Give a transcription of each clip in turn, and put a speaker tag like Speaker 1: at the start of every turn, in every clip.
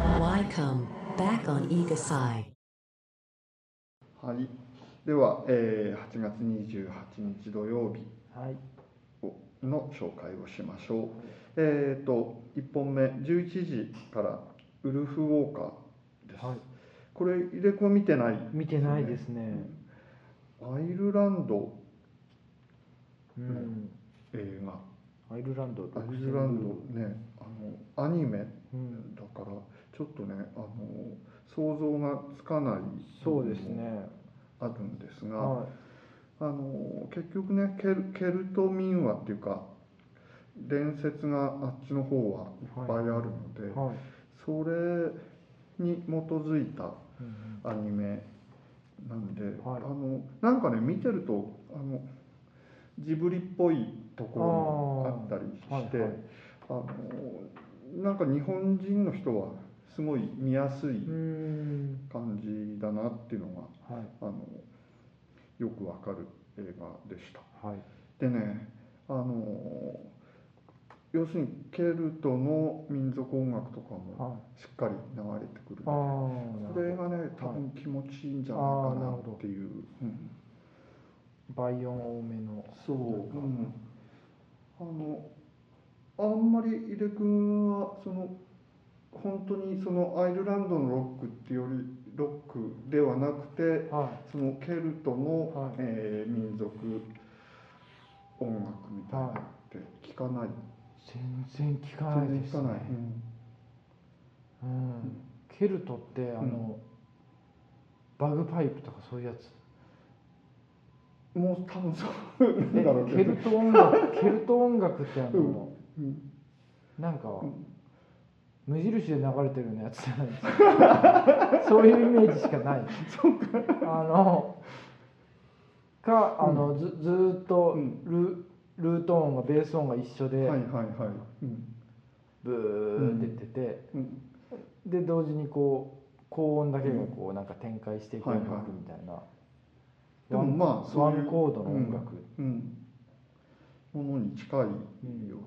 Speaker 1: Welcome back on Igasai.
Speaker 2: はい、では、えー、8月28日土曜日
Speaker 3: はい、
Speaker 2: の紹介をしましょう、えー、と1本目11時からウルフウォーカーです、
Speaker 3: はい
Speaker 2: これ入れ子見てない
Speaker 3: 見てないですね。
Speaker 2: アイルランド
Speaker 3: うん、
Speaker 2: 映画
Speaker 3: アイルランド。
Speaker 2: アイルランドねあのアニメだ
Speaker 3: うん、
Speaker 2: からちょっとねあの想像がつかない
Speaker 3: そうですね。
Speaker 2: あるんですが、
Speaker 3: は
Speaker 2: あの結局ねケルケルト民話っていうか伝説があっちの方はいっぱいあるので、
Speaker 3: い、はい。
Speaker 2: それに基づいた
Speaker 3: うん
Speaker 2: アニメなんで、
Speaker 3: はい
Speaker 2: あのなんかね見てるとあのジブリっぽいところもあったりして
Speaker 3: はいはい
Speaker 2: あのなんか日本人の人はすごい見やすい
Speaker 3: うん、
Speaker 2: 感じだなっていうのが
Speaker 3: はい、
Speaker 2: あのよくわかる映画でした。
Speaker 3: はい、
Speaker 2: でねあの要するにケルトの民族音楽とかも
Speaker 3: はい。
Speaker 2: しっかり流れてくる
Speaker 3: ああ、
Speaker 2: これがね多分気持ちいいんじゃないかなっていう、うん、
Speaker 3: バイオン多めの。
Speaker 2: そう、うん、あのあんまり井出君はその本当にそのアイルランドのロックっていうよりロックではなくて
Speaker 3: は
Speaker 2: そのケルトの、
Speaker 3: はい
Speaker 2: えー民族音楽みたいなのって聞かない、
Speaker 3: い。全然聞かない
Speaker 2: 全
Speaker 3: で
Speaker 2: 然聞
Speaker 3: す
Speaker 2: か
Speaker 3: ね
Speaker 2: ない、。うん
Speaker 3: うん、ケルトって、あの。バグパイプとか、そういうやつ。
Speaker 2: もう多分そうなんだろうけ
Speaker 3: えケ
Speaker 2: ど
Speaker 3: ル、ト音楽、ケルト音楽って、あの、
Speaker 2: うん
Speaker 3: なんか。
Speaker 2: うん
Speaker 3: 無印で流れてるようなやつじゃないです かそういうイメージしかないあのかあの、ずずーっと
Speaker 2: うん
Speaker 3: ル,、ルート音がベース音が一緒で、
Speaker 2: はいはいはい、うん
Speaker 3: ブーって出てて、
Speaker 2: うん
Speaker 3: で同時にこう高音だけがこうなんか展開していく
Speaker 2: はい
Speaker 3: 音
Speaker 2: はい
Speaker 3: 楽みたいな、
Speaker 2: でもまあ
Speaker 3: ワ
Speaker 2: そうい
Speaker 3: ン
Speaker 2: う
Speaker 3: コードの音楽、
Speaker 2: うん、ものに近いよ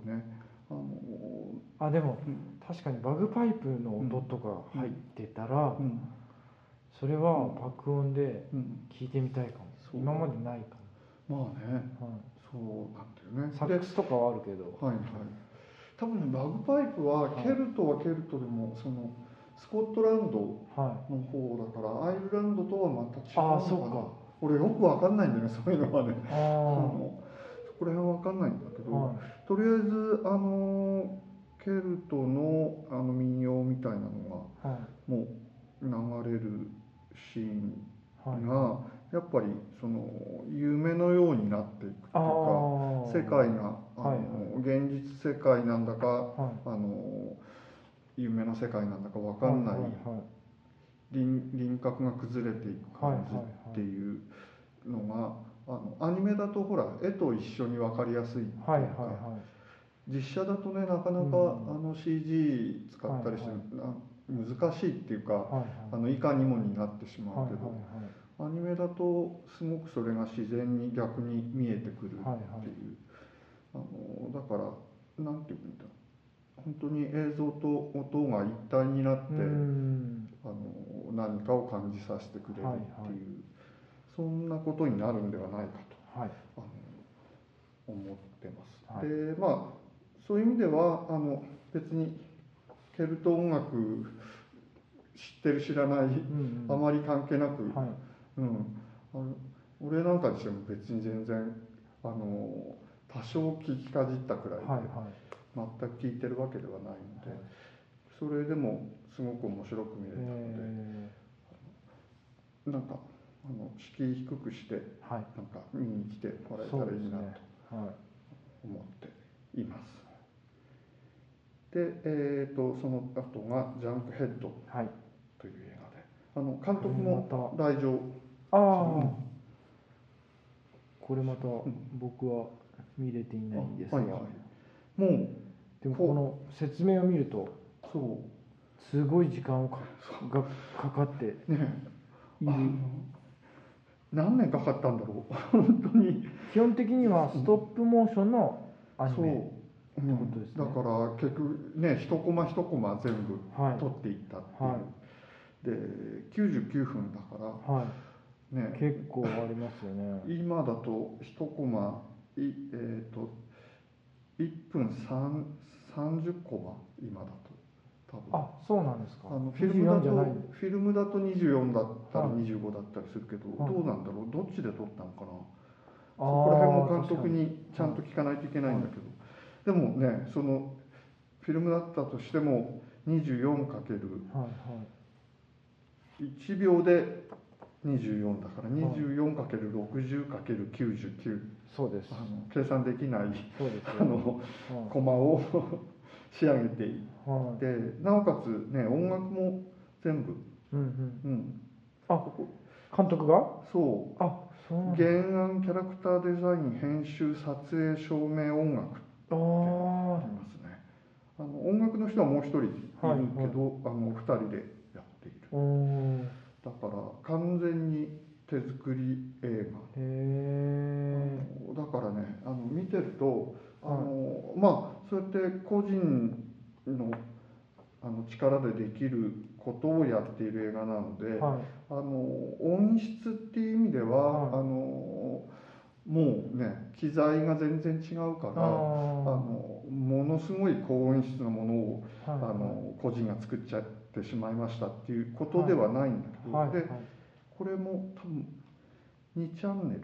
Speaker 2: ね、あの
Speaker 3: あでも
Speaker 2: うん
Speaker 3: 確かにバグパイプの音とか入ってたら、
Speaker 2: うん
Speaker 3: それは爆音で
Speaker 2: うん
Speaker 3: 聞いてみたいかも、
Speaker 2: そう
Speaker 3: 今までないか
Speaker 2: まあね
Speaker 3: も、はい
Speaker 2: そうなんだよね
Speaker 3: サックスとかはあるけど、
Speaker 2: はいはい多分ねバグパイプは
Speaker 3: はい
Speaker 2: ケルトはケルトでもそのスコットランド
Speaker 3: は
Speaker 2: の方だからアイルランドとはまた違う
Speaker 3: あーそう
Speaker 2: のかな
Speaker 3: か
Speaker 2: 俺よく分かんないんだよねそういうのはね
Speaker 3: い。
Speaker 2: あ
Speaker 3: あ
Speaker 2: のそこら辺は分かんないんだけ
Speaker 3: あ、
Speaker 2: ど、
Speaker 3: は
Speaker 2: とりあえずあのケルトのあの民謡みたいなのが
Speaker 3: い、は
Speaker 2: もう流れるシーン
Speaker 3: い、はい。
Speaker 2: がやっぱりその夢のようになっていくという
Speaker 3: ああ
Speaker 2: か、世界があの、
Speaker 3: はい
Speaker 2: 現実世界なんだか
Speaker 3: は
Speaker 2: あの夢の世界なんだかわ
Speaker 3: い、
Speaker 2: かんない、
Speaker 3: はい、はい、
Speaker 2: 輪輪郭が崩れていく感じっていうのが、あのアニメだとほら絵と一緒に分かりやすいっていうか、
Speaker 3: はい、はい、はい
Speaker 2: 実写だとねなかなか、
Speaker 3: うん
Speaker 2: あの CG 使ったりして、
Speaker 3: はい
Speaker 2: な難しいっていうか、
Speaker 3: はい、
Speaker 2: あのいかにもになってしま
Speaker 3: は
Speaker 2: う
Speaker 3: い、
Speaker 2: けど、
Speaker 3: は
Speaker 2: アニメだとすごくそれが自然に逆に見えてくるっていう、
Speaker 3: はいはい
Speaker 2: あのだからなんていうんだ本当に映像と音が一体になって、
Speaker 3: い、はい。うん、
Speaker 2: あの何かを感じさせてくれるっていう、
Speaker 3: はいはい
Speaker 2: そんなことになるんではないかと
Speaker 3: はい、
Speaker 2: あの思ってます。
Speaker 3: はい
Speaker 2: でまあそういう意味ではあの別にケルト音楽知ってる知らない、
Speaker 3: うん、
Speaker 2: あ
Speaker 3: は
Speaker 2: まり関係なく、
Speaker 3: い、
Speaker 2: うん、あの俺なんかにしても別に全然あの多少聞きかじったくらいで、
Speaker 3: はい、はい、
Speaker 2: 全く聞いてるわけではないので、それでもすごく面白く見れたので、
Speaker 3: え
Speaker 2: なんかあの敷居低くして
Speaker 3: ー、はい、
Speaker 2: なんか見に来てもらえたらいいなと。
Speaker 3: は
Speaker 2: 思っています。で、えー、とその後が「ジャンクヘッド
Speaker 3: い、はい。」
Speaker 2: という映画であの監督も
Speaker 3: こ
Speaker 2: 来場
Speaker 3: ああ
Speaker 2: う
Speaker 3: ー
Speaker 2: ん、
Speaker 3: これまた
Speaker 2: ん
Speaker 3: 僕は見れていないんですが、
Speaker 2: はいはい、もう
Speaker 3: でもこの説明を見ると、
Speaker 2: そ
Speaker 3: すごい時間をかがかかっていう
Speaker 2: ねあ
Speaker 3: る
Speaker 2: の何年かかったんだろう 本当に
Speaker 3: 基本的にはストップモーションのアニ
Speaker 2: そう
Speaker 3: メ
Speaker 2: うん
Speaker 3: ことですね
Speaker 2: だから結局ね一コマ一コマ全部
Speaker 3: はい
Speaker 2: 取っていったっていう、
Speaker 3: は
Speaker 2: で99分だか
Speaker 3: は
Speaker 2: らね
Speaker 3: い結構ありますよね
Speaker 2: 今だと1コマいえー、と1分3 30コマ今だと多分
Speaker 3: あそうなんですか
Speaker 2: あのフィルムだ
Speaker 3: 24じゃない
Speaker 2: とフィルムだと24だったり
Speaker 3: はい
Speaker 2: 25だったりするけど、
Speaker 3: はい
Speaker 2: どうなんだろうどっちで撮ったのかな、
Speaker 3: あ
Speaker 2: そこら辺も
Speaker 3: ー
Speaker 2: 監督にちゃんと聞かないといけないんだけど、でもねそのフィルムだったとしても 24×1
Speaker 3: 確かにはい
Speaker 2: 秒で24だから 24×60×99
Speaker 3: はいそうです
Speaker 2: あの計算できない
Speaker 3: そうです
Speaker 2: あの
Speaker 3: はい
Speaker 2: コマを 仕上げていっ
Speaker 3: は
Speaker 2: てなおかつね音楽も全部、
Speaker 3: いうんうん
Speaker 2: うん、
Speaker 3: あ監督が
Speaker 2: そう
Speaker 3: あそうなんだ
Speaker 2: 原案キャラクターデザイン編集撮影照明音楽
Speaker 3: あ
Speaker 2: あ
Speaker 3: ー
Speaker 2: りますねあの音楽の人はもう一人いるけど、
Speaker 3: はいはい
Speaker 2: あの二人でやっている
Speaker 3: うーんへ
Speaker 2: だから完全に手作り映画
Speaker 3: え
Speaker 2: あのだからねあの見てるとあ
Speaker 3: はい
Speaker 2: の、まあそうやって個人のあの力でできることをやっている映画なので、
Speaker 3: はい
Speaker 2: あの音質っていう意味では、
Speaker 3: はい
Speaker 2: あのもうね機材が全然違うから
Speaker 3: あ
Speaker 2: あ
Speaker 3: ー
Speaker 2: のものすごい高音質のものを、
Speaker 3: はい
Speaker 2: あの個人が作っちゃってしまいましたっていうことではないんだけど、
Speaker 3: はいはい
Speaker 2: でこれも多分2チャンネル、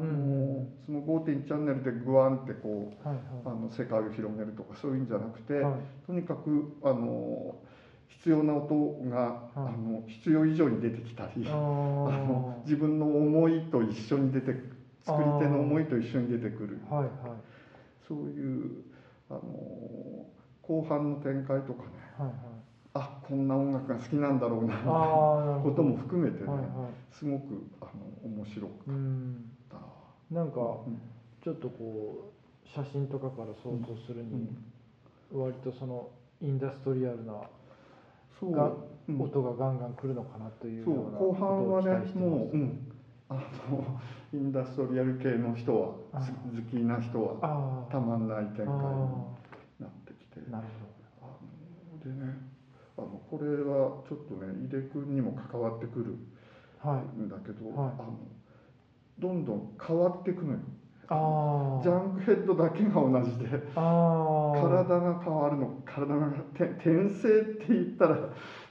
Speaker 3: うん
Speaker 2: あのその5.1チャンネルでグワンってこう
Speaker 3: はい
Speaker 2: あの世界を広げるとかそういうんじゃなくて、
Speaker 3: はいはい
Speaker 2: とにかくあの必要な音が、
Speaker 3: い
Speaker 2: あの必要以上に出てきたり、
Speaker 3: あ
Speaker 2: あの自分の思いと一緒に出てく作り手の思いと一緒に出てくる
Speaker 3: ーはいはい
Speaker 2: そういうあの後半の展開とかね
Speaker 3: はいはい
Speaker 2: あこんな音楽が好きなんだろうなみたいな
Speaker 3: ああなるほ
Speaker 2: こ
Speaker 3: ど
Speaker 2: とも含めてね、
Speaker 3: はいはい
Speaker 2: すごくあの面白か
Speaker 3: うん
Speaker 2: った。
Speaker 3: なんか
Speaker 2: うん
Speaker 3: ちょっとこう写真とかから想像する
Speaker 2: う
Speaker 3: に
Speaker 2: ん
Speaker 3: 割とそのインダストリアルな
Speaker 2: そう
Speaker 3: が
Speaker 2: うん
Speaker 3: 音がガンガン来るのかなという
Speaker 2: そう
Speaker 3: ような
Speaker 2: 後半は
Speaker 3: こ
Speaker 2: ね
Speaker 3: とを期待してます
Speaker 2: もう、うん、あのインダストリアル系の人は
Speaker 3: あ
Speaker 2: す好きな人は
Speaker 3: あー
Speaker 2: たまんない展開に
Speaker 3: あ
Speaker 2: なってきて
Speaker 3: ーなる
Speaker 2: あのでねあのこれはちょっとね井出君にも関わってくる
Speaker 3: ほどはい
Speaker 2: んだけど、
Speaker 3: はい
Speaker 2: あのどんどん変わってくのよ
Speaker 3: ああ
Speaker 2: ジャンクヘッドだけが同じで
Speaker 3: あー
Speaker 2: 体が変わるの体がて転生って言ったら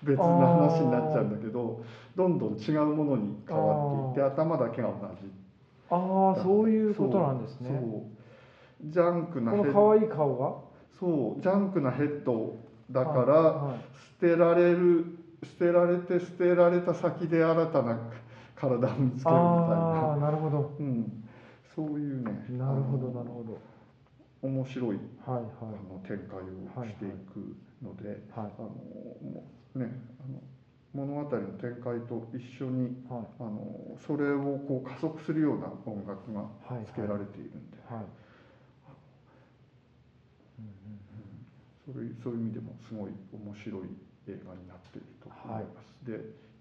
Speaker 2: 別の話になっちゃうんだけどどんどん違うものに変わっていって頭だけが同じ
Speaker 3: あーそういうことなんですね
Speaker 2: そうジャンク
Speaker 3: こ
Speaker 2: なヘ
Speaker 3: の
Speaker 2: ッ
Speaker 3: 可
Speaker 2: ド
Speaker 3: 愛い顔が
Speaker 2: そうジャンクなヘッドだか
Speaker 3: はい
Speaker 2: ら
Speaker 3: はい
Speaker 2: 捨てられる捨てられて捨てられた先で新たな体を見つけるみたい
Speaker 3: あ
Speaker 2: な、
Speaker 3: あなるほど
Speaker 2: うん、そういうね
Speaker 3: なるほ
Speaker 2: あ
Speaker 3: ど
Speaker 2: の
Speaker 3: なるほど
Speaker 2: 面白い
Speaker 3: はい
Speaker 2: あ
Speaker 3: は
Speaker 2: の展開をしていくので、
Speaker 3: いはい
Speaker 2: あのもうねあの物語の展開と一緒に
Speaker 3: はい
Speaker 2: あのそれをこう加速するような音楽が
Speaker 3: はいはい
Speaker 2: つけられているんで、
Speaker 3: はい
Speaker 2: それそういう意味でもすごい面白い映画になっていると思います、で、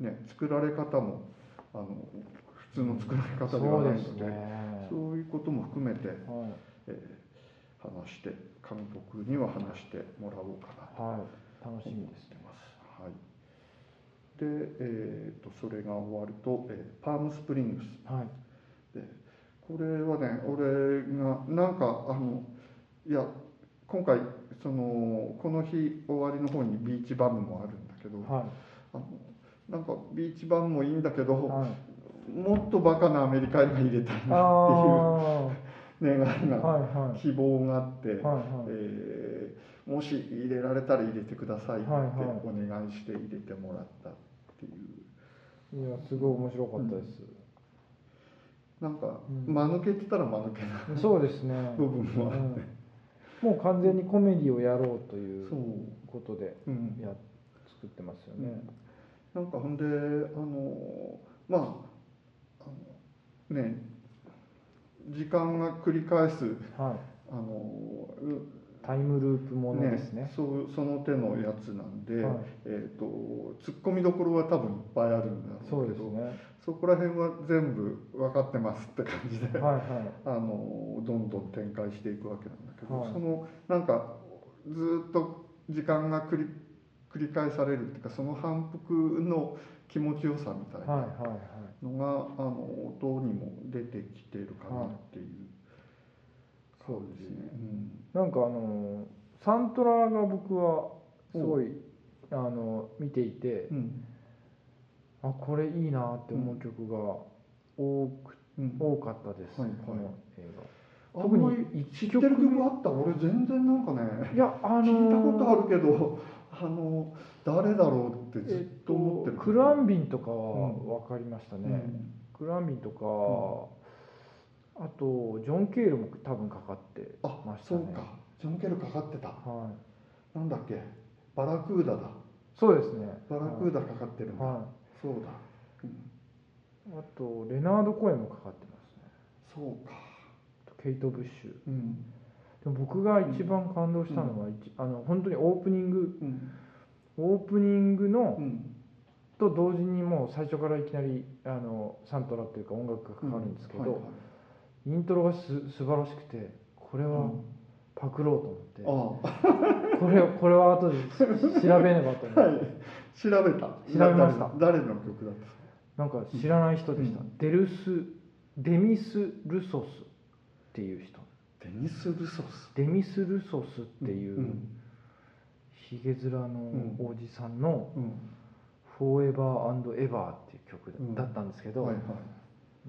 Speaker 2: ね、作られ方もあの普通の作られ方では
Speaker 3: そう
Speaker 2: ない
Speaker 3: です
Speaker 2: ので,、
Speaker 3: ね
Speaker 2: そういうことも含めて、
Speaker 3: はい
Speaker 2: えー話して監督には話してもらおうかなと
Speaker 3: はい楽しみです
Speaker 2: 思ってます、はい、で、えー、とそれが終わると、えーパームスプリングス
Speaker 3: はい
Speaker 2: でこれはね俺がなんかあのいや今回そのこの日終わりの方にビーチバムもあるんだけど、
Speaker 3: は
Speaker 2: あのなんかビーチバムもいいんだけ
Speaker 3: い
Speaker 2: ど、
Speaker 3: はい
Speaker 2: もっとバカなアメリカ映画入れたい
Speaker 3: あ
Speaker 2: なっ
Speaker 3: あは
Speaker 2: ていう願い
Speaker 3: い
Speaker 2: が、
Speaker 3: は
Speaker 2: 希望があって、
Speaker 3: いはい
Speaker 2: えーもし入れられたら入れてくださいって
Speaker 3: はいはい
Speaker 2: お願いして入れてもらったっていう
Speaker 3: いやすごい面白かったです、
Speaker 2: なんか、
Speaker 3: うん
Speaker 2: 間抜けって言ったら間抜けな
Speaker 3: そうですね、
Speaker 2: 部分
Speaker 3: う
Speaker 2: もあって、
Speaker 3: ん、もう完全にコメディをやろうとい
Speaker 2: そうう
Speaker 3: ことで
Speaker 2: うん
Speaker 3: や作ってますよね、
Speaker 2: なんかほんであのまああのね時間が繰り返す
Speaker 3: はい
Speaker 2: あの
Speaker 3: タイムループものですね
Speaker 2: そうその手のやつなんで、
Speaker 3: はい
Speaker 2: えー、とツッコミどころは多分いっぱいあるんだろ
Speaker 3: そうう
Speaker 2: け
Speaker 3: です
Speaker 2: ど
Speaker 3: ね
Speaker 2: そそこら辺は全部分かってますって感じで、
Speaker 3: はいはい
Speaker 2: あのどんどん展開していくわけなんだけど、
Speaker 3: はい
Speaker 2: そのなんかずっと時間が繰り繰り返されるっていうかその反復の気持ちよさみたい
Speaker 3: はい
Speaker 2: な
Speaker 3: はいはい
Speaker 2: のが、あの音にも出てきてるかなっていう、そうですね。うん
Speaker 3: なんかあのサントラが僕はすごいあの見ていて
Speaker 2: うん
Speaker 3: あこれいいなって思う曲が多く、
Speaker 2: うん
Speaker 3: 多かったです、
Speaker 2: はいはい
Speaker 3: この映
Speaker 2: あ
Speaker 3: 画
Speaker 2: ん
Speaker 3: 特
Speaker 2: まり
Speaker 3: に
Speaker 2: 知っ
Speaker 3: 一
Speaker 2: て
Speaker 3: 曲
Speaker 2: る曲あった俺全然なんかね
Speaker 3: いやあの
Speaker 2: 聞いたことあるけどあの誰だろうってずっと思ってる、
Speaker 3: えっとクランビンとかは分かりました
Speaker 2: う
Speaker 3: ね、
Speaker 2: ん
Speaker 3: クランビンとか、あとジョン・ケールも多分かかって
Speaker 2: あ
Speaker 3: ました
Speaker 2: そ
Speaker 3: ね
Speaker 2: うかジョン・ケルかかってた
Speaker 3: はい
Speaker 2: なんだっけバラクーダだ
Speaker 3: そうですね
Speaker 2: バラクーダかかってるんだ、
Speaker 3: はい、はい
Speaker 2: そうだ、うん
Speaker 3: あとレナード・コエもかかってますね
Speaker 2: そうか
Speaker 3: あとケイト・ブッシュ
Speaker 2: うん、
Speaker 3: でも僕が一番感動したのは、一あの本当にオープニング
Speaker 2: うん
Speaker 3: オープニングの、
Speaker 2: うん、
Speaker 3: と同時にもう最初からいきなりあのサントラというか音楽がかかるんですけど、
Speaker 2: はいはい
Speaker 3: イントロがす素晴らしくてこれはパクろうと思って、
Speaker 2: あ
Speaker 3: これこれは後で調べねばと思っ
Speaker 2: あ
Speaker 3: て、
Speaker 2: はい調べた
Speaker 3: べました
Speaker 2: 誰の曲だっ
Speaker 3: なんか知らない人でした、
Speaker 2: う
Speaker 3: デルスデミス・ルソスっていう人
Speaker 2: たデニス・ルソス
Speaker 3: デミス・ルソスっていううんひげ面のおじさんの
Speaker 2: うん
Speaker 3: 「フォーエバーエバー」っていう曲だ
Speaker 2: うん
Speaker 3: だったんですけど、
Speaker 2: はいはい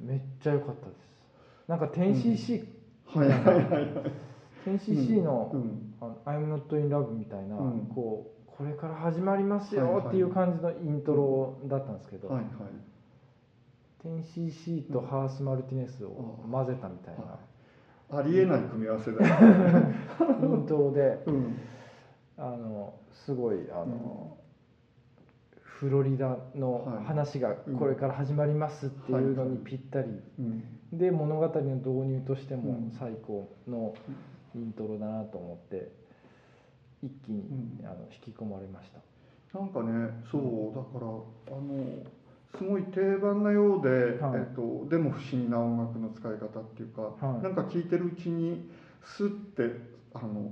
Speaker 3: めっちゃ良かったですなんか 10cc、
Speaker 2: はいはいはいはい
Speaker 3: 10cc の、
Speaker 2: うん
Speaker 3: あの「I'm not in love」みたいな、
Speaker 2: うん
Speaker 3: こうこれから始まります
Speaker 2: はいはい
Speaker 3: よっていう感じのイントロだったんですけど、
Speaker 2: はいはい
Speaker 3: 10cc とハース・マルティネスを
Speaker 2: うん
Speaker 3: 混ぜたみたいな
Speaker 2: は、ありえない組み合わせだよね、
Speaker 3: イント ロで
Speaker 2: うん
Speaker 3: あのすごいあの、フロリダの話が
Speaker 2: うん
Speaker 3: これから始まりますっていうのにぴったり、
Speaker 2: うん
Speaker 3: で物語の導入として
Speaker 2: う
Speaker 3: も
Speaker 2: ん
Speaker 3: 最高のイントロだなと思って一気に、
Speaker 2: うん
Speaker 3: あの引き込まれました。
Speaker 2: なんかねそうだからあのすごい定番なようで、
Speaker 3: はい
Speaker 2: えっと、でも不思議な音楽の使い方っていうか、
Speaker 3: はい
Speaker 2: なんか聴いてるうちにスッてあの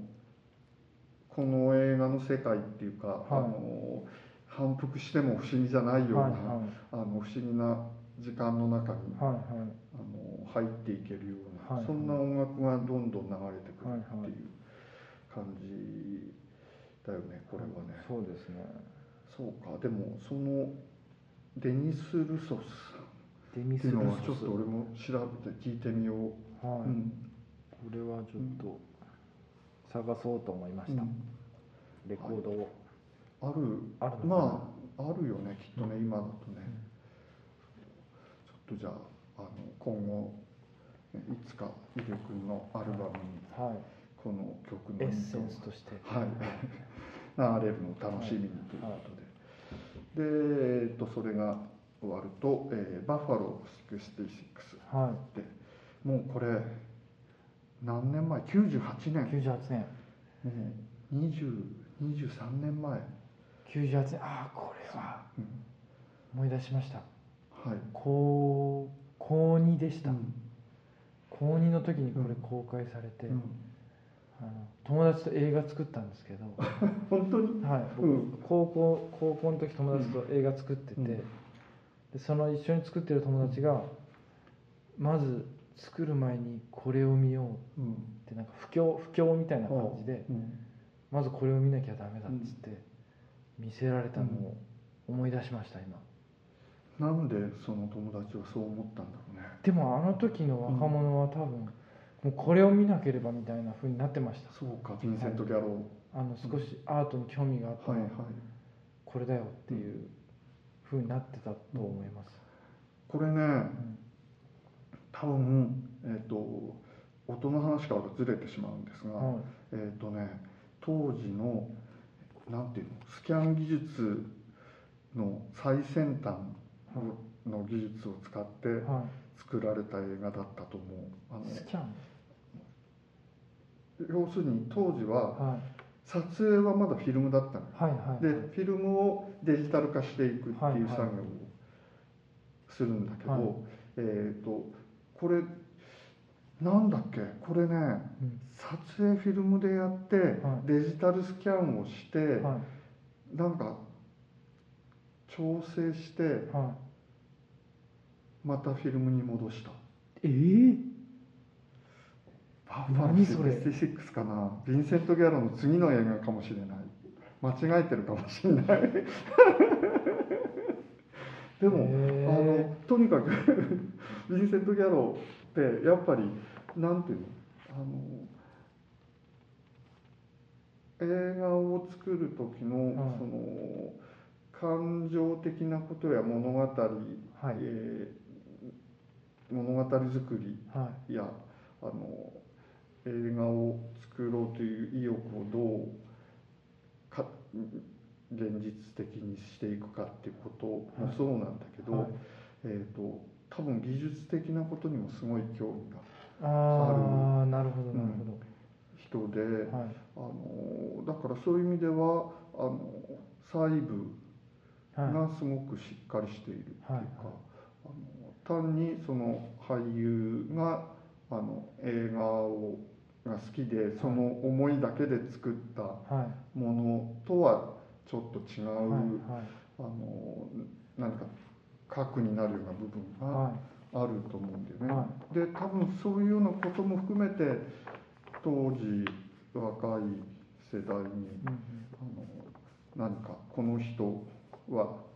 Speaker 2: この映画の世界っていうか、あの反復しても不思議じゃないような、
Speaker 3: はいはい
Speaker 2: あの不思議な時間の中に、
Speaker 3: はいはい
Speaker 2: あの入っていけるような、
Speaker 3: はい
Speaker 2: そんな音楽がどんどん流れてくる
Speaker 3: はい
Speaker 2: っ
Speaker 3: は
Speaker 2: て
Speaker 3: い
Speaker 2: いう感じだよねこれはね。
Speaker 3: そうですね
Speaker 2: そうかでもそのデニス・ルソス
Speaker 3: デミ
Speaker 2: って
Speaker 3: ス
Speaker 2: い
Speaker 3: ル
Speaker 2: う
Speaker 3: ソ
Speaker 2: のは
Speaker 3: ス
Speaker 2: ちょっと俺も調べて聞いてみよう、
Speaker 3: はい、
Speaker 2: うん
Speaker 3: これはちょっと探そうと思いました、
Speaker 2: うん
Speaker 3: レコードを
Speaker 2: ある
Speaker 3: あるのかな
Speaker 2: まああるよねきっとね今だとね、ちょっとじゃああの今後いつか井出君のアルバムに
Speaker 3: はい
Speaker 2: この曲の
Speaker 3: エ
Speaker 2: イン
Speaker 3: ッ
Speaker 2: ト
Speaker 3: セ
Speaker 2: ロ
Speaker 3: ンスとして
Speaker 2: はい、 流れるのを楽しみにということで、で、えっと、それが終わると、えーバッファロー66
Speaker 3: は
Speaker 2: でもうこれ何年前98
Speaker 3: い
Speaker 2: 年
Speaker 3: 98年
Speaker 2: もう20 23年前、
Speaker 3: 98年ああこれは
Speaker 2: うん
Speaker 3: 思い出しました
Speaker 2: はい、
Speaker 3: 高高2でした、
Speaker 2: うん
Speaker 3: 高2の時にこ
Speaker 2: う
Speaker 3: れ
Speaker 2: ん
Speaker 3: 公開されて、
Speaker 2: うん
Speaker 3: あの友達と映画作ったんですけど、 はい、
Speaker 2: 本当に
Speaker 3: 僕
Speaker 2: うん
Speaker 3: 高校高校の時友達と映画作ってて、
Speaker 2: うん
Speaker 3: でその一緒に作ってる友達がまず作る前にこれを見よう
Speaker 2: うん
Speaker 3: ってなんか不況不況みたいな感じで
Speaker 2: うん
Speaker 3: まずこれを見なきゃダメだっつって見せられたのを思い出しました今
Speaker 2: なんでその友達はそう思ったんだろうね
Speaker 3: でもあの時の若者は多分もうこれを見なければみたいな風になってました
Speaker 2: そうかヴィンセント・ギャロ
Speaker 3: あの少しアートに興味があっ
Speaker 2: ー、
Speaker 3: た
Speaker 2: はい
Speaker 3: ら
Speaker 2: はい
Speaker 3: これだよっていう風になってたと思います、
Speaker 2: これね多分えっ、と音の話からずれてしまうんですが、
Speaker 3: はい
Speaker 2: えっ、とね当時のなんていうのスキャン技術の最先端の技術を使って
Speaker 3: は
Speaker 2: 作られた映画だったと思うあ
Speaker 3: い、スキャン
Speaker 2: の要するに当時は
Speaker 3: は
Speaker 2: 撮影はまだフィルムだったのよ
Speaker 3: いはいはい
Speaker 2: でフィルムをデジタル化していくっていう作業をするんだけど、
Speaker 3: はい
Speaker 2: えっ、とこれなんだっけこれね撮影フィルムでやって、
Speaker 3: は
Speaker 2: デジタルスキャンをして、
Speaker 3: うんは
Speaker 2: なんか調整して
Speaker 3: いは
Speaker 2: またフィルムに戻した
Speaker 3: いえー、
Speaker 2: パ
Speaker 3: 何それ
Speaker 2: 66かなヴィンセント・ギャロの次の映画かもしれない間違えてるかもしれない でも、
Speaker 3: へ
Speaker 2: あ
Speaker 3: ー
Speaker 2: のとにかく ヴィンセント・ギャロってやっぱりなんていうのあの映画を作る時の、
Speaker 3: うん
Speaker 2: その感情的なことや物語、
Speaker 3: はい
Speaker 2: えー物語作り
Speaker 3: はい
Speaker 2: やあの映画を作ろうという意欲をどうか現実的にしていくかっていうこともそうなんだけ
Speaker 3: い
Speaker 2: ど、
Speaker 3: はい
Speaker 2: えー、と多分技術的なことにもすごい興味があ
Speaker 3: ああなるほどなるほ
Speaker 2: る人で、
Speaker 3: ど、はい
Speaker 2: あのだからそういう意味ではあの細部
Speaker 3: は
Speaker 2: がすごくしっかりしているっていうか、
Speaker 3: はいはい
Speaker 2: あの単にその俳優があの映画をが好きでその思いだけで作った
Speaker 3: いはい
Speaker 2: ものとはちょっと違う、
Speaker 3: はい
Speaker 2: あの何か核になるような部分が
Speaker 3: は
Speaker 2: あると思うんだよね。
Speaker 3: は
Speaker 2: で多分そういうようなことも含めて当時若い世代に
Speaker 3: いうん
Speaker 2: あの何かこの人は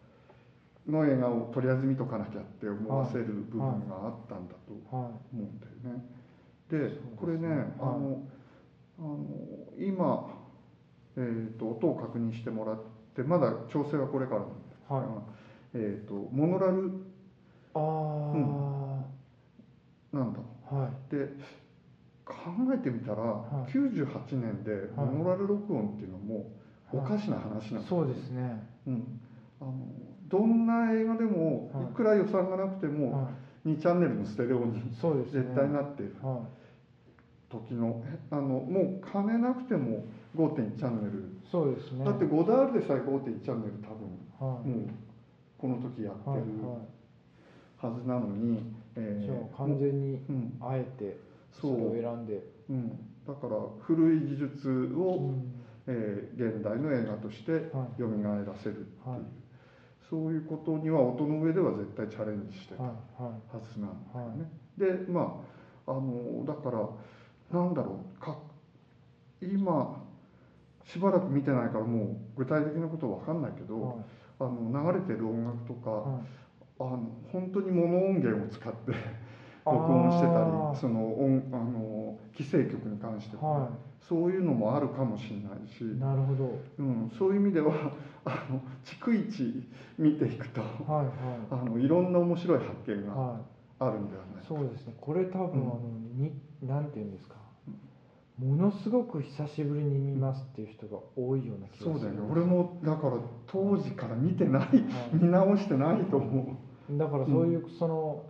Speaker 2: の映画をとりあえず見とかなきゃって思わせる部分があったんだと
Speaker 3: うんは
Speaker 2: 思うんだよね。
Speaker 3: そう
Speaker 2: で
Speaker 3: ですね
Speaker 2: これね、
Speaker 3: は
Speaker 2: あ
Speaker 3: い
Speaker 2: のあの今、えー、と音を確認してもらってまだ調整はこれからなんです
Speaker 3: い
Speaker 2: が、
Speaker 3: はい
Speaker 2: えー、とモノラル
Speaker 3: あ
Speaker 2: なんだ
Speaker 3: あはい
Speaker 2: で考えてみたら、
Speaker 3: はい
Speaker 2: 98年で
Speaker 3: はい
Speaker 2: モノラル録音っていうのもおかしな話なんだよね
Speaker 3: そうですね
Speaker 2: うん、あのどんな映画でも
Speaker 3: はい
Speaker 2: いくら予算がなくても
Speaker 3: は
Speaker 2: 2チャンネルのステレオに
Speaker 3: いそうですね
Speaker 2: 絶対なってる
Speaker 3: は
Speaker 2: 時のえあのもう金なくても5.1チャンネル
Speaker 3: いそうですね
Speaker 2: だってゴダールでさえ5.1チャンネル多
Speaker 3: はい
Speaker 2: 分もうこの時やって
Speaker 3: はい
Speaker 2: る
Speaker 3: は
Speaker 2: はずなのにえ
Speaker 3: い
Speaker 2: ー
Speaker 3: じゃあ完全に
Speaker 2: うん
Speaker 3: あえてそ
Speaker 2: そ
Speaker 3: れを
Speaker 2: う、
Speaker 3: 選んで
Speaker 2: うん、だから古い技術
Speaker 3: う
Speaker 2: を、
Speaker 3: ん
Speaker 2: えー現代の映画として
Speaker 3: はい
Speaker 2: 蘇らせるっていう、
Speaker 3: はい
Speaker 2: そういうことには音の上では絶対チャレンジしてた
Speaker 3: は
Speaker 2: はい
Speaker 3: はい
Speaker 2: ずなんだよね。でまああのだからなんだろうか今しばらく見てないからもう具体的なことは分かんないけど、
Speaker 3: は
Speaker 2: あの流れてる音楽とか、
Speaker 3: いはい
Speaker 2: あの本当にモノ音源を使って
Speaker 3: あー
Speaker 2: 録音してたりその音あの既成曲に関してもね、
Speaker 3: は
Speaker 2: そういうのもあるかもしれないし。
Speaker 3: いなるほど
Speaker 2: うん、そういう意味ではあの逐一見ていくと
Speaker 3: はい
Speaker 2: あのいろんな面白い発見
Speaker 3: はい
Speaker 2: が
Speaker 3: はい
Speaker 2: あるんではない
Speaker 3: そうですねこれ多分、
Speaker 2: うん
Speaker 3: あのになんていうんですかものすごく久しぶりに見ますっていう人が多いような気がす
Speaker 2: そ
Speaker 3: る
Speaker 2: うだよね俺もだから当時から見てない見直してないと思
Speaker 3: だからそういう、その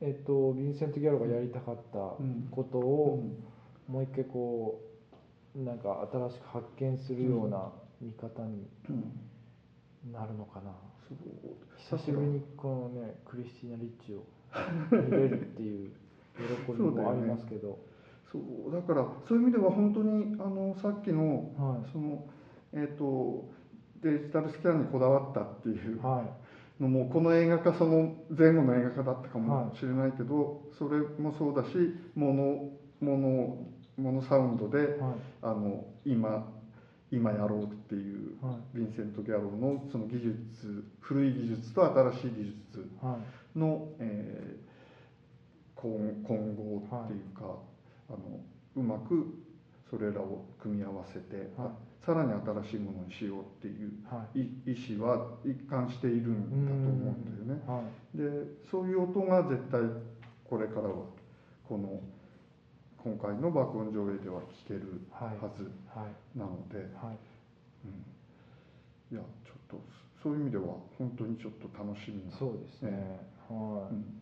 Speaker 3: えっとヴィンセント・ギャロがやりたかった
Speaker 2: う、うん
Speaker 3: こと
Speaker 2: う
Speaker 3: を、
Speaker 2: ん
Speaker 3: もう一回こうなんか新しく発見するような見方に
Speaker 2: うん
Speaker 3: なるのかな、
Speaker 2: そう
Speaker 3: 久しぶりにこのねクリスティーナ・リッチを見れるっていう喜びもありますけど、
Speaker 2: そうだからそういう意味では本当にあのさっきの
Speaker 3: は
Speaker 2: そのえっ、とデジタルスキャンにこだわったっていう
Speaker 3: いはい
Speaker 2: のもこの映画化その前後の映画化だったかもしれないけど、それもそうだしモノモノモノサウンドで
Speaker 3: はい
Speaker 2: あの今今やろうっていう
Speaker 3: はい
Speaker 2: ヴィンセント・ギャローのその技術古い技術と新しい技術
Speaker 3: はい
Speaker 2: の、えー混混合っていうか、あのうまくそれらを組み合わせて、
Speaker 3: はい
Speaker 2: さらに新しいものにしようっていう
Speaker 3: はい
Speaker 2: い意思は一貫しているんだと思うんだよね。
Speaker 3: はい
Speaker 2: でそういう音が絶対これからはこの今回の爆音上映では聞ける
Speaker 3: はい
Speaker 2: はず
Speaker 3: はい
Speaker 2: なので、
Speaker 3: はい
Speaker 2: いやちょっとそういう意味では本当にちょっと楽しみな、
Speaker 3: そうですね、は
Speaker 2: う
Speaker 3: い、
Speaker 2: ん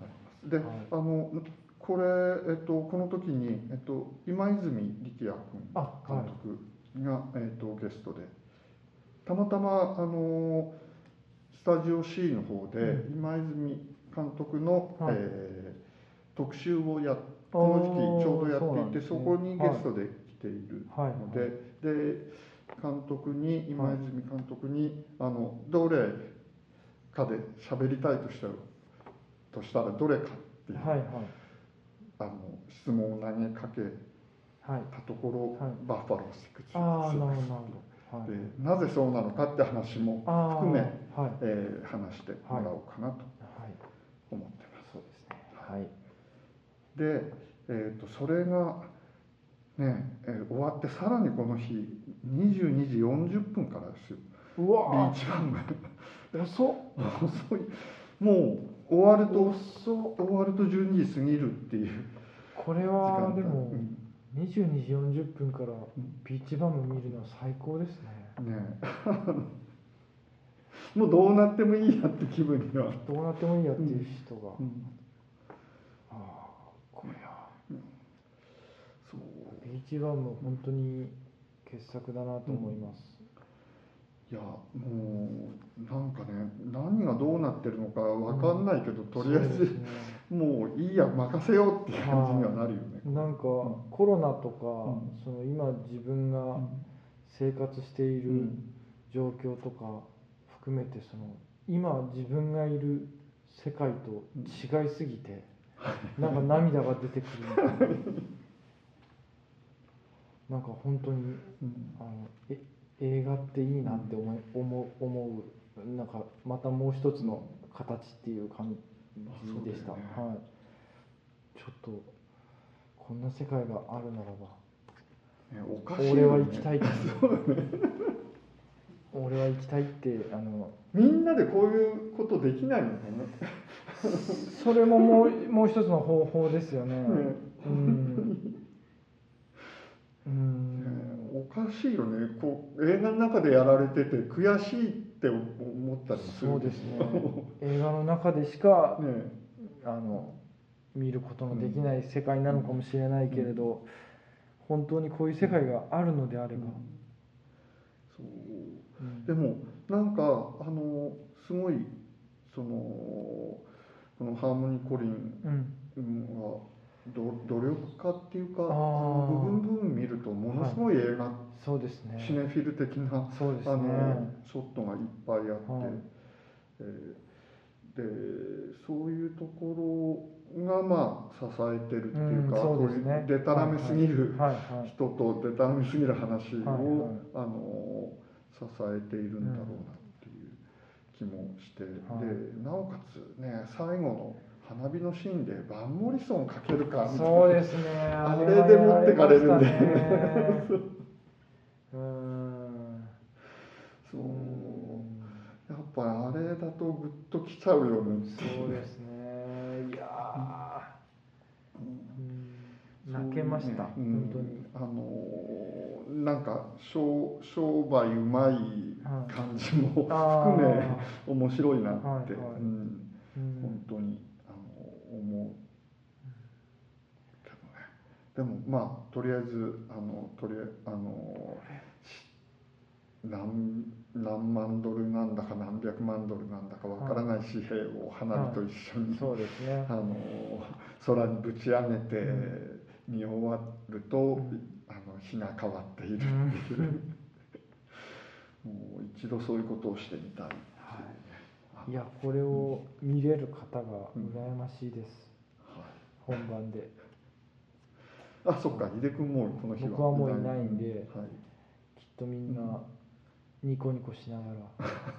Speaker 2: なりますで、
Speaker 3: はい
Speaker 2: あのこれ、えっと、この時に、えっと、今泉力也君
Speaker 3: あ
Speaker 2: 監
Speaker 3: は
Speaker 2: 督が、えー、とゲストでたまたまあのスタジオ C の方で、
Speaker 3: う
Speaker 2: 今泉監督の、
Speaker 3: はい
Speaker 2: えー特集をやっこの時期ちょうどやっていてそ,、こにゲストで来ている
Speaker 3: トはい
Speaker 2: の
Speaker 3: はい
Speaker 2: で、で監督に今泉監督に、あのどれかで喋りたいとしたらとしたらどれかっていう、
Speaker 3: はいはい
Speaker 2: あの質問を投げかけ
Speaker 3: はい
Speaker 2: たところ、
Speaker 3: はい
Speaker 2: バッファロースク
Speaker 3: ああなるほどなるほどはい
Speaker 2: でなぜそうなのかって話も、
Speaker 3: あー
Speaker 2: 含め
Speaker 3: はい
Speaker 2: えー話してもらおうかなと
Speaker 3: はい
Speaker 2: 思ってます。
Speaker 3: そうですねはい
Speaker 2: で、えー、とそれが、ねえー終わってさらにこの日22時40分からですよ
Speaker 3: う
Speaker 2: ビ
Speaker 3: わ
Speaker 2: ー
Speaker 3: ー
Speaker 2: チ番組
Speaker 3: 遅っ
Speaker 2: 遅いもう終わると
Speaker 3: 遅っ
Speaker 2: 終わると12時過ぎるっていう時
Speaker 3: これ
Speaker 2: 間
Speaker 3: は
Speaker 2: 帯
Speaker 3: でも
Speaker 2: うん
Speaker 3: 22時40分から
Speaker 2: ん
Speaker 3: ビーチバム見るのは最高ですね
Speaker 2: ね えもうどうなってもいいやって気分になる、
Speaker 3: どうなってもいいやっていう人が、
Speaker 2: うん
Speaker 3: ああこれは
Speaker 2: そう
Speaker 3: ビーチバム本当に傑作だなと思います、
Speaker 2: いやもうなんかね何がどうなってるのか分かんないけど、とりあえ
Speaker 3: そうです
Speaker 2: ず
Speaker 3: ね
Speaker 2: もういいや任せようっていう感じにはなるよね。
Speaker 3: なん
Speaker 2: う
Speaker 3: かコロナと
Speaker 2: う
Speaker 3: か、その今自分が生活している状況とか含めてその今自分がいる世界と違いすぎて、なんか涙が出てくる みたいななんか本当に
Speaker 2: うん
Speaker 3: あのえ映画っていいなって思い、思う思うなんかまたもう一つの形っていう感じでした、
Speaker 2: あそうだよね
Speaker 3: はいちょっとこんな世界があるならば
Speaker 2: ねおかしいよね
Speaker 3: 俺は行きたいって 俺は行きたいってあの
Speaker 2: みんなでこういうことできないのか
Speaker 3: それももうもう一つの方法ですよね
Speaker 2: な、ね
Speaker 3: うんう
Speaker 2: ね
Speaker 3: ん
Speaker 2: おかしいよねこう映画の中でやられてて悔しいって思ったりする
Speaker 3: そうです ね映画の中でしか
Speaker 2: ね
Speaker 3: あの見ることのできない世界なのかもしれないけれど、本当にこういう世界があるのであれば、
Speaker 2: そう
Speaker 3: うん
Speaker 2: でもなんかあのすごいそのこのハーモニー・コリン
Speaker 3: うん
Speaker 2: はど努力家っていうか
Speaker 3: あー
Speaker 2: あの部分部分見るとものすごい映画、
Speaker 3: そうですね
Speaker 2: シネフィル的な
Speaker 3: そうですね
Speaker 2: あのショットがいっぱいあって、
Speaker 3: はい
Speaker 2: えーでそういうところがまあ支えてるっていうか、
Speaker 3: うんそう
Speaker 2: こ
Speaker 3: で
Speaker 2: う
Speaker 3: す
Speaker 2: い
Speaker 3: ね
Speaker 2: うでたらめすぎる
Speaker 3: はいはい
Speaker 2: 人とでたらめすぎる話を、
Speaker 3: はいはい
Speaker 2: あの支えているんだろうなっていう気もして、
Speaker 3: はい
Speaker 2: でなおかつね最後の花火のシーンでバン・モリソンかけるかみたいな
Speaker 3: そうですねあ
Speaker 2: あれで持ってかれるんで
Speaker 3: やられました ねうん
Speaker 2: そううんやっぱあれだとグッときちゃうよねってい
Speaker 3: そうですねいや
Speaker 2: うん
Speaker 3: ーうん泣けました、
Speaker 2: そうね
Speaker 3: 本当に、
Speaker 2: うんあのーなんか商商売うまい感じも
Speaker 3: あー
Speaker 2: 含め面白いなって、
Speaker 3: はいはい
Speaker 2: うん、
Speaker 3: うん
Speaker 2: 本当にあの思うけどねでもまあとりあえずあのとりあえあの何何万ドルなんだか何百万ドルなんだかわからない紙幣を花火と一緒に
Speaker 3: そうですね
Speaker 2: あの空にぶち上げて見終わると、
Speaker 3: うん
Speaker 2: あの日が変わっているっていう、もう一度そういうことをしてみたいっていうね、
Speaker 3: いやこれを見れる方が
Speaker 2: うん
Speaker 3: 羨ましいです、
Speaker 2: は
Speaker 3: 本番で
Speaker 2: い、あそっか井出君もこの日は
Speaker 3: 僕はもういないんで
Speaker 2: はい、
Speaker 3: きっとみんなニコニコしなが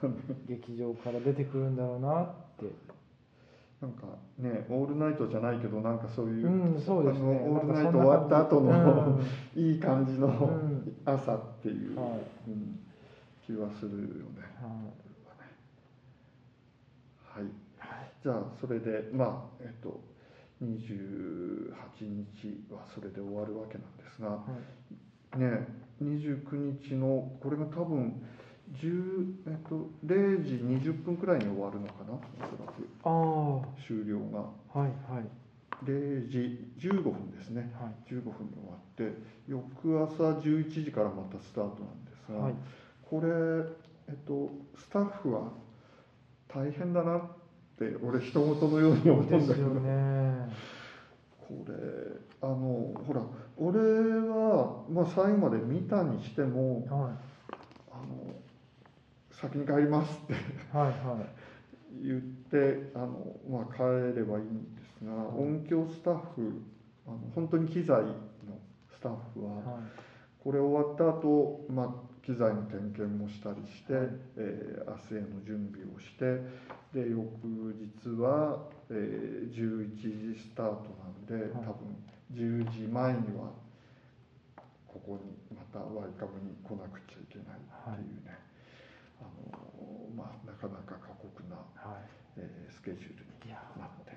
Speaker 3: ら 劇場から出てくるんだろうなって
Speaker 2: なんかねオールナイトじゃないけどなんかそういうう、
Speaker 3: んそうですね
Speaker 2: あの
Speaker 3: なんかそん
Speaker 2: オールナ
Speaker 3: な
Speaker 2: イト終わった後の
Speaker 3: 感じ
Speaker 2: いい感じの
Speaker 3: うん
Speaker 2: 朝っていう、
Speaker 3: うんはいはい
Speaker 2: うん気はするよねはい、じゃあそれでまあえっと28日はそれで終わるわけなんですが
Speaker 3: は
Speaker 2: ね29日のこれが多分10、えっと、0時20分くらいに終わるのかなおそらく
Speaker 3: ああは
Speaker 2: 終了が
Speaker 3: いはい
Speaker 2: 0時15分ですね
Speaker 3: は
Speaker 2: 15分に終わって翌朝11時からまたスタートなんです
Speaker 3: い
Speaker 2: が、
Speaker 3: はい
Speaker 2: これ、えっと、スタッフは大変だなって俺人事のように思うんだ
Speaker 3: で
Speaker 2: け
Speaker 3: す
Speaker 2: ど
Speaker 3: よ ね
Speaker 2: これあのほら俺は、まあ、最後まで見たにしても
Speaker 3: は
Speaker 2: あの先に帰りますって
Speaker 3: いはいは
Speaker 2: 言ってあの、まあ、帰ればいいんですが音響スタッフあの本当に機材のスタッフ
Speaker 3: い
Speaker 2: は
Speaker 3: は
Speaker 2: これ終わった後、まあ機材の点検もしたりして、
Speaker 3: はい
Speaker 2: えー明日への準備をしてで翌日は、えー11時スタートなんで、
Speaker 3: はい
Speaker 2: 多分10時前にはここにまたワイカムに来なくちゃいけないっていうね、あのーまあ、なかなか過酷な、
Speaker 3: いは
Speaker 2: えースケジュールに
Speaker 3: いいや
Speaker 2: なって